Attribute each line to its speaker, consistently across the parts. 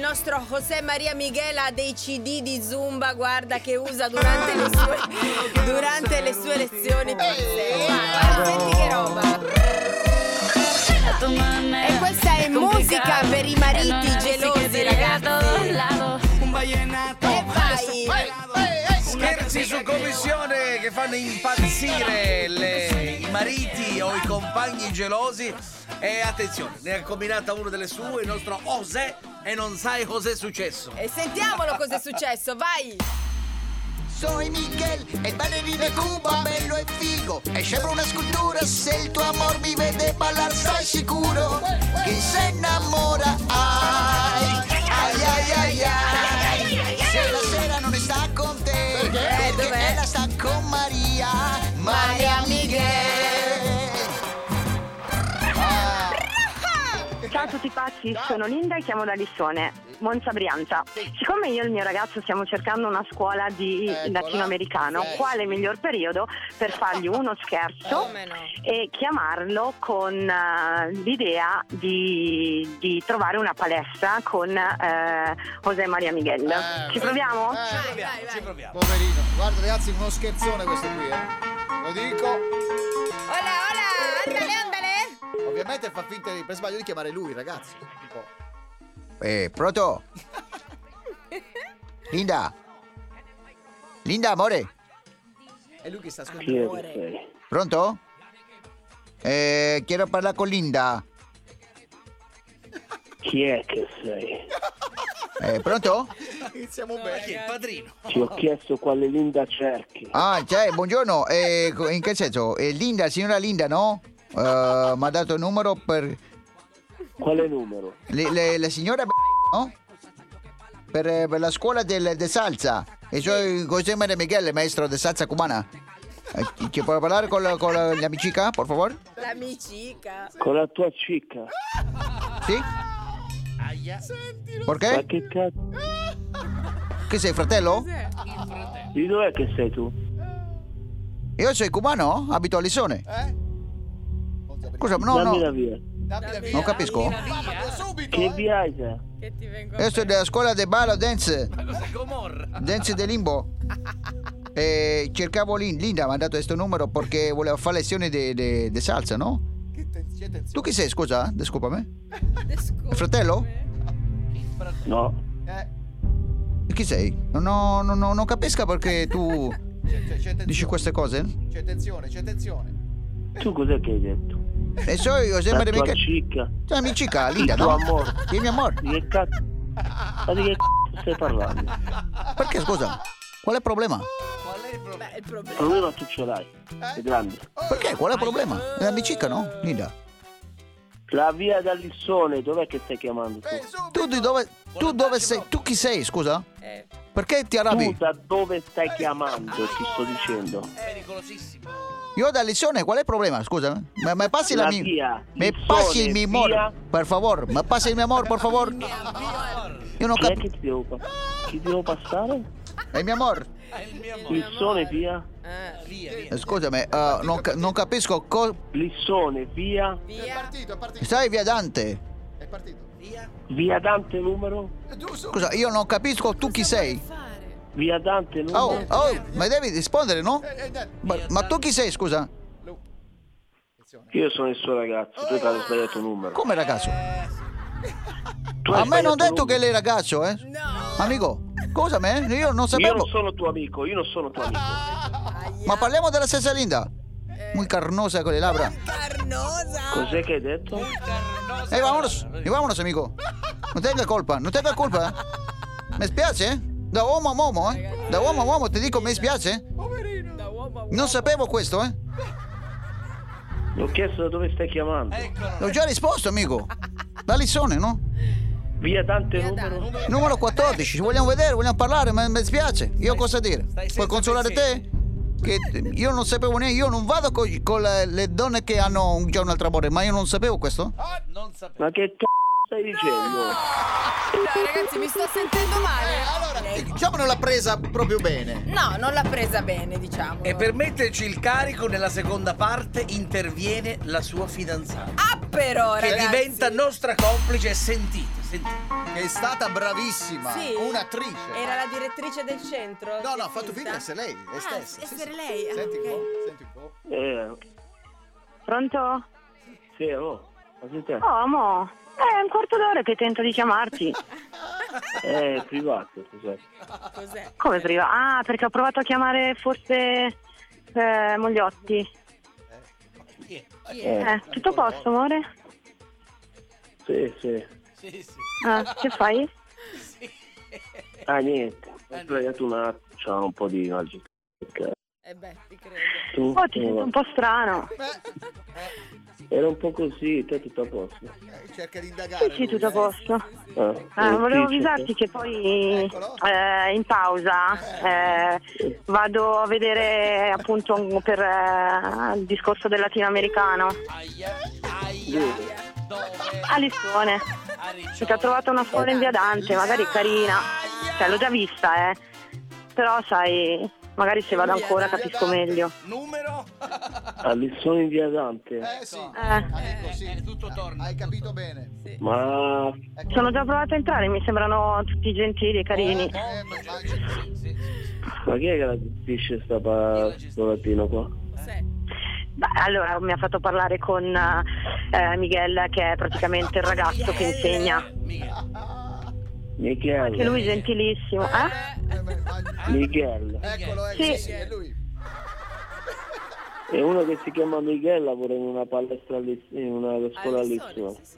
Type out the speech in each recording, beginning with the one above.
Speaker 1: nostro José Maria Michela ha dei CD di Zumba, guarda, che usa durante le sue, durante le sue lezioni. pazzesco. Guarda, guarda, senti che roba. E questa è musica per i mariti gelosi, ragazzi.
Speaker 2: Un vallenato.
Speaker 1: E vai.
Speaker 3: Scherzi su commissione che fanno impazzire le- i mariti o i compagni gelosi. E attenzione, ne ha combinata una delle sue, il nostro José, e non sai cos'è successo.
Speaker 1: E sentiamolo cos'è successo, vai.
Speaker 4: Soy Miguel, el bailarín de Cuba, me lo figo. Echebro una escultura, es el tu amor, vive de bailar, soy seguro. Quien se enamora, ay, ay, ay, ay, ay. Si la cera no está contenta, porque
Speaker 1: Dov'è?
Speaker 4: ella está con María, María Miguel. Ah.
Speaker 5: Ciao a tutti pazzi, sono Linda e chiamo da Lissone, Monza Brianza. Siccome io e il mio ragazzo stiamo cercando una scuola di
Speaker 4: Eccola.
Speaker 5: latinoamericano,
Speaker 4: Sì.
Speaker 5: quale miglior periodo per fargli uno scherzo
Speaker 1: Come no?
Speaker 5: e chiamarlo con eh, l'idea di, di trovare una palestra con eh, José Maria Miguel.
Speaker 4: Eh,
Speaker 5: Ci
Speaker 4: beh.
Speaker 5: proviamo?
Speaker 4: Eh,
Speaker 3: Ci
Speaker 1: Vai,
Speaker 3: proviamo,
Speaker 1: vai,
Speaker 3: ci
Speaker 1: vai.
Speaker 3: proviamo.
Speaker 4: Poverino, guarda ragazzi, uno scherzone questo qui, eh. Lo dico,
Speaker 1: Hola, hola, andale, andale.
Speaker 4: ovviamente fa finta di, per sbaglio di chiamare lui, ragazzi. Un po'. Eh, pronto? Linda? Linda, amore?
Speaker 3: È lui che sta ascoltando.
Speaker 4: Pronto? Eh, quiero parlare con Linda.
Speaker 6: Chi è che sei?
Speaker 4: Eh, pronto?
Speaker 3: Iniziamo bene. Chi è il padrino?
Speaker 6: Ti ho chiesto quale Linda cerchi.
Speaker 4: Ah, cioè, buongiorno. Eh, co- in che senso? Eh, Linda, signora Linda, no? Eh, Mi ha dato il numero per...
Speaker 6: Quale numero?
Speaker 4: Le, le- la signora no? per, eh, per la scuola del, de salsa e sono José Maria Miguel, maestro di salsa cubana Eh, chi- chi può parlare con, la- con la- la mia chica, per favore?
Speaker 1: La micica.
Speaker 6: Con la tua cicca.
Speaker 4: Sì?
Speaker 6: Ma
Speaker 4: Perché?
Speaker 6: che cazzo?
Speaker 4: Che sei fratello?
Speaker 6: Di dov'è che sei tu?
Speaker 4: Io sono cubano, abito a Lissone Scusa, no,
Speaker 6: Eh? Dammi la
Speaker 4: no,
Speaker 6: via.
Speaker 4: non capisco
Speaker 7: Eh,
Speaker 6: Che via hai te?
Speaker 1: Che ti vengo
Speaker 4: Io sono della scuola di ballo dance,
Speaker 3: Cos'è Gomorra?
Speaker 4: dance de limbo e cercavo Lin- Linda, mi ha dato questo numero perché voleva fare lezioni di- di di salsa, no? Tu chi sei, scusa? Disculpami. Il fratello?
Speaker 6: No.
Speaker 7: Eh,
Speaker 4: E Chi sei? Non, ho- non, ho- non capisco perché tu dici queste cose.
Speaker 2: C'è attenzione, c'è attenzione.
Speaker 6: Tu cos'è che hai detto?
Speaker 4: E so io,
Speaker 6: La
Speaker 4: sembra
Speaker 6: tua
Speaker 4: mica...
Speaker 6: cicca.
Speaker 4: Cioè, mi cica, Linda,
Speaker 6: Il tuo
Speaker 4: no?
Speaker 6: amore.
Speaker 4: Il mio amore.
Speaker 6: Di che cazzo? Ma di che cazzo stai parlando?
Speaker 4: Perché, scusa? Qual è il problema?
Speaker 3: Qual è il problema?
Speaker 1: Beh, il problema.
Speaker 6: Allora tu ce l'hai. È grande.
Speaker 4: Perché? Qual è il problema? È la mia cica, no? Linda.
Speaker 6: La via da Lissone, dov'è che stai chiamando
Speaker 4: Eh,
Speaker 6: tu?
Speaker 4: Tu di dove... Tu dove sei? Tu chi sei, scusa?
Speaker 1: Eh.
Speaker 4: Perché ti
Speaker 6: Tu
Speaker 4: arrabbi?
Speaker 6: da dove stai
Speaker 4: Eh.
Speaker 6: chiamando? Ti sto dicendo.
Speaker 3: Pericolosissimo.
Speaker 4: Io da lezione, qual è il problema? Scusa. Ma mi passi la
Speaker 6: La
Speaker 4: mia...
Speaker 6: via,
Speaker 4: Mi
Speaker 6: il
Speaker 4: passi
Speaker 6: sole,
Speaker 4: il mio
Speaker 6: via.
Speaker 4: amore, per favore. Mi passi il mio amore, per favore. Io non
Speaker 6: Chi è
Speaker 4: capisco.
Speaker 6: che ti devo, pa- chi devo passare?
Speaker 4: È il mio amore.
Speaker 3: È il mio amore.
Speaker 6: Lissone via,
Speaker 1: Ah,
Speaker 3: Via, via.
Speaker 4: Eh, Scusami, eh, non, ca- non capisco cosa...
Speaker 6: Lissone via,
Speaker 1: via.
Speaker 4: Stai via Dante.
Speaker 3: Via.
Speaker 6: via Dante numero,
Speaker 4: Scusa, io non capisco tu chi sei.
Speaker 6: via Dante numero.
Speaker 4: Oh, oh, ma devi rispondere, no?
Speaker 7: Eh,
Speaker 4: Ma, ma tu chi sei, scusa?
Speaker 6: Io sono il suo ragazzo, tu ti hai sbagliato numero.
Speaker 4: Come ragazzo?
Speaker 6: Tu hai
Speaker 4: A me non
Speaker 6: sbagliato
Speaker 4: detto che
Speaker 6: numero.
Speaker 4: lei è ragazzo, eh?
Speaker 1: No.
Speaker 4: Amico, scusami, eh, io non
Speaker 6: Io
Speaker 4: sapevo.
Speaker 6: non sono tuo amico, io non sono tuo amico.
Speaker 4: Ma parliamo della stessa Linda. Muy carnosa con le labbra.
Speaker 1: Carnosa.
Speaker 6: Cos'è che hai detto?
Speaker 4: E vámonos, e vámonos, amico. Non tenga colpa, non tenga colpa. eh. Mi spiace, eh? Da uomo a uomo, eh? Da uomo a uomo ti dico, mi spiace.
Speaker 1: Da uomo a uomo.
Speaker 4: Non sapevo questo, eh?
Speaker 6: Mi ho chiesto da dove stai chiamando.
Speaker 4: L'ho già risposto, amico. Da Lissone, no?
Speaker 6: Via Dante numero.
Speaker 1: Dante.
Speaker 4: Numero 14, vogliamo vedere, vogliamo parlare, ma mi spiace. Io cosa dire?
Speaker 3: stai senza
Speaker 4: Puoi consolare te? Che io non sapevo neanche, io non vado co- con, le, le donne che hanno un, già un altro amore, ma io non sapevo questo.
Speaker 3: Non sapevo.
Speaker 6: Ma che c***o stai dicendo?
Speaker 1: No, ragazzi, mi sto sentendo
Speaker 7: Eh,
Speaker 1: male. Eh,
Speaker 7: Diciamo non l'ha presa proprio bene.
Speaker 1: No, non l'ha presa bene, diciamo.
Speaker 3: E per metterci il carico, nella seconda parte interviene la sua fidanzata.
Speaker 1: Ah, però,
Speaker 3: che
Speaker 1: ragazzi.
Speaker 3: diventa nostra complice e sentite. sentire.
Speaker 7: Che è stata bravissima.
Speaker 1: Sì?
Speaker 7: Un'attrice.
Speaker 1: Era la direttrice del centro?
Speaker 7: No, no,
Speaker 1: sessista?
Speaker 7: ha fatto finta di essere lei. lei
Speaker 1: Ah,
Speaker 7: stessa. Sì,
Speaker 1: essere
Speaker 7: sì.
Speaker 1: lei, ah,
Speaker 7: Senti un
Speaker 1: ok.
Speaker 7: po', senti un po'.
Speaker 6: Eh,
Speaker 5: Pronto?
Speaker 6: sì, oh, ma senti,
Speaker 5: Oh, amo. È un quarto d'ora che tento di chiamarti.
Speaker 6: Eh, è privato, cos'è?
Speaker 1: Cos'è?
Speaker 5: Come prima? Ah, perché ho provato a chiamare forse eh, Mogliotti.
Speaker 1: Chi è?
Speaker 6: Eh,
Speaker 5: Eh, tutto a posto, amore?
Speaker 6: sì, sì.
Speaker 5: Ah, che fai?
Speaker 6: Ah, niente, ho sbagliato un attimo, c'ha un po' di oggi.
Speaker 1: Eh beh, ti credo.
Speaker 6: Tu,
Speaker 5: Oh, ti sento un po' strano.
Speaker 6: Era un po' così, te tutto a posto.
Speaker 7: Eh, cerca di indagare.
Speaker 5: Sì, sì,
Speaker 7: lui,
Speaker 5: tutto a
Speaker 7: eh.
Speaker 5: posto.
Speaker 6: Eh,
Speaker 5: Ah,
Speaker 6: eh,
Speaker 5: volevo
Speaker 6: sì, sì,
Speaker 5: avvisarti
Speaker 6: sì.
Speaker 5: che poi
Speaker 7: Eccolo.
Speaker 5: eh, in pausa eh, vado a vedere appunto un- per eh, il discorso del latinoamericano a Lisbona. Perché ho trovato una scuola in via Dante, magari è carina. Cioè, l'ho già vista, eh. Però sai, magari se vado ancora capisco meglio.
Speaker 3: Numero?
Speaker 6: All'Issone Ah, in via Dante.
Speaker 7: Eh sì,
Speaker 5: Eh,
Speaker 7: amico, sì.
Speaker 3: Ecco.
Speaker 7: Ah,
Speaker 3: Eh, tutto torna.
Speaker 7: Hai capito bene.
Speaker 6: Ma
Speaker 7: Ecco.
Speaker 5: sono già provata a entrare, mi sembrano tutti gentili e carini.
Speaker 7: Eh, ma immagino.
Speaker 3: Sì, sì, sì.
Speaker 6: Ma chi è che la gestisce sta pa- sto latino qua?
Speaker 1: Cos'è?
Speaker 5: Beh, allora mi ha fatto parlare con eh, Miguel che è praticamente il ragazzo che insegna.
Speaker 3: Michele.
Speaker 7: Ah,
Speaker 5: Che
Speaker 6: Michele.
Speaker 5: lui è gentilissimo, eh?
Speaker 7: Eh, ma immagino.
Speaker 6: Michele.
Speaker 7: Eccolo, ecco, sì,
Speaker 5: Sì.
Speaker 7: sì, è lui.
Speaker 6: E uno che si chiama Michele lavora in una palestra all'Is- in una scuola all'Issone.
Speaker 1: sì, sì.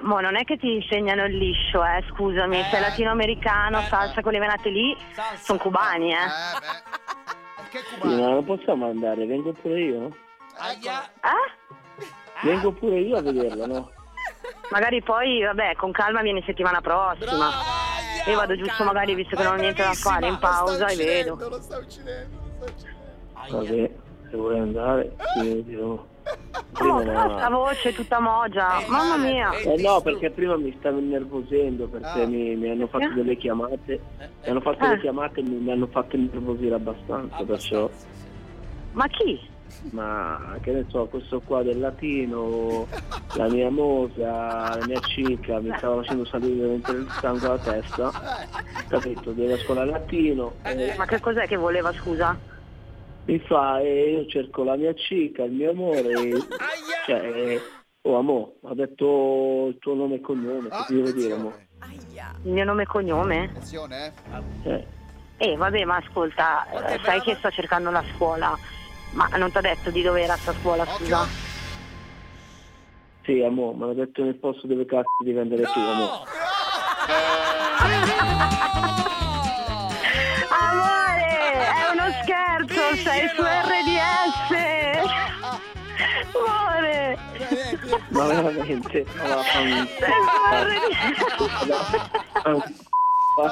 Speaker 5: Mo non è che ti insegnano il liscio, eh, scusami, sei
Speaker 3: Eh.
Speaker 5: latinoamericano, salsa con le venate lì, sono cubani, eh.
Speaker 7: Eh, beh. Che
Speaker 6: Sì,
Speaker 7: cubano. Ecco.
Speaker 6: ma non possiamo andare, vengo pure io, no?
Speaker 7: Eccolo.
Speaker 5: Eh?
Speaker 6: Vengo pure io a vederla, no?
Speaker 5: Magari poi, vabbè, con calma vieni settimana prossima. Io vado giusto magari, visto che non ho niente da fare, in pausa e vedo.
Speaker 7: Lo sta uccidendo, lo sta uccidendo.
Speaker 6: Vabbè, se vuoi andare, ti dico.
Speaker 5: Oh,
Speaker 6: Prima
Speaker 5: però sta
Speaker 6: no.
Speaker 5: voce tutta mogia, mamma mia.
Speaker 3: Eh,
Speaker 6: Eh no, perché prima mi stavo innervosendo perché
Speaker 7: Ah.
Speaker 6: mi, mi hanno fatto
Speaker 5: Eh?
Speaker 6: delle chiamate. Mi hanno fatto
Speaker 5: Ah.
Speaker 6: le chiamate e mi, mi hanno fatto innervosire abbastanza, perciò.
Speaker 5: Ma chi?
Speaker 6: Ma che ne so, questo qua del latino, la mia mosa, la mia cica, mi stava facendo salire mentre il sangue alla testa.
Speaker 7: Eh.
Speaker 6: Capito? Della scuola latino. e
Speaker 5: Ma che cos'è che voleva, scusa?
Speaker 6: mi fa e io cerco la mia cica, il mio amore. e- cioè, eh, oh amore, ha detto il tuo nome e cognome,
Speaker 7: Ah,
Speaker 6: che ti devo dire amore?
Speaker 7: attenzione.
Speaker 1: Aia.
Speaker 5: Il mio nome e cognome?
Speaker 7: Attenzione, eh.
Speaker 6: Eh,
Speaker 5: Eh vabbè ma ascolta, eh,
Speaker 3: Quanto è
Speaker 5: sai
Speaker 3: brava?
Speaker 5: che sto cercando una scuola, ma non ti ho detto di dove era sta scuola, scusa.
Speaker 7: Occhio.
Speaker 6: sì amore, mi ha detto nel posto dove cazzo devi andare tu amore.
Speaker 5: Amore, è uno scherzo, sei su RDS! Amore,
Speaker 6: Ma veramente, ma vaffanculo.
Speaker 5: sei su RDS!
Speaker 6: Ah, un c***o.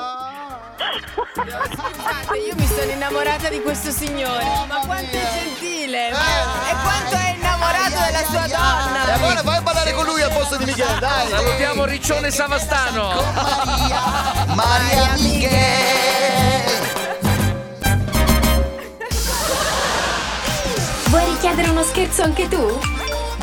Speaker 1: Scusate, io mi sono innamorata di questo signore. Ma quanto è gentile!
Speaker 7: Ah,
Speaker 1: ma- E quanto è innamorato della sua
Speaker 7: E
Speaker 1: donna!
Speaker 7: allora vai a parlare con lui al posto di Michele, dai.
Speaker 3: Salutiamo Riccione Savastano.
Speaker 7: Maria Michele.
Speaker 8: Vuoi richiedere uno scherzo anche tu?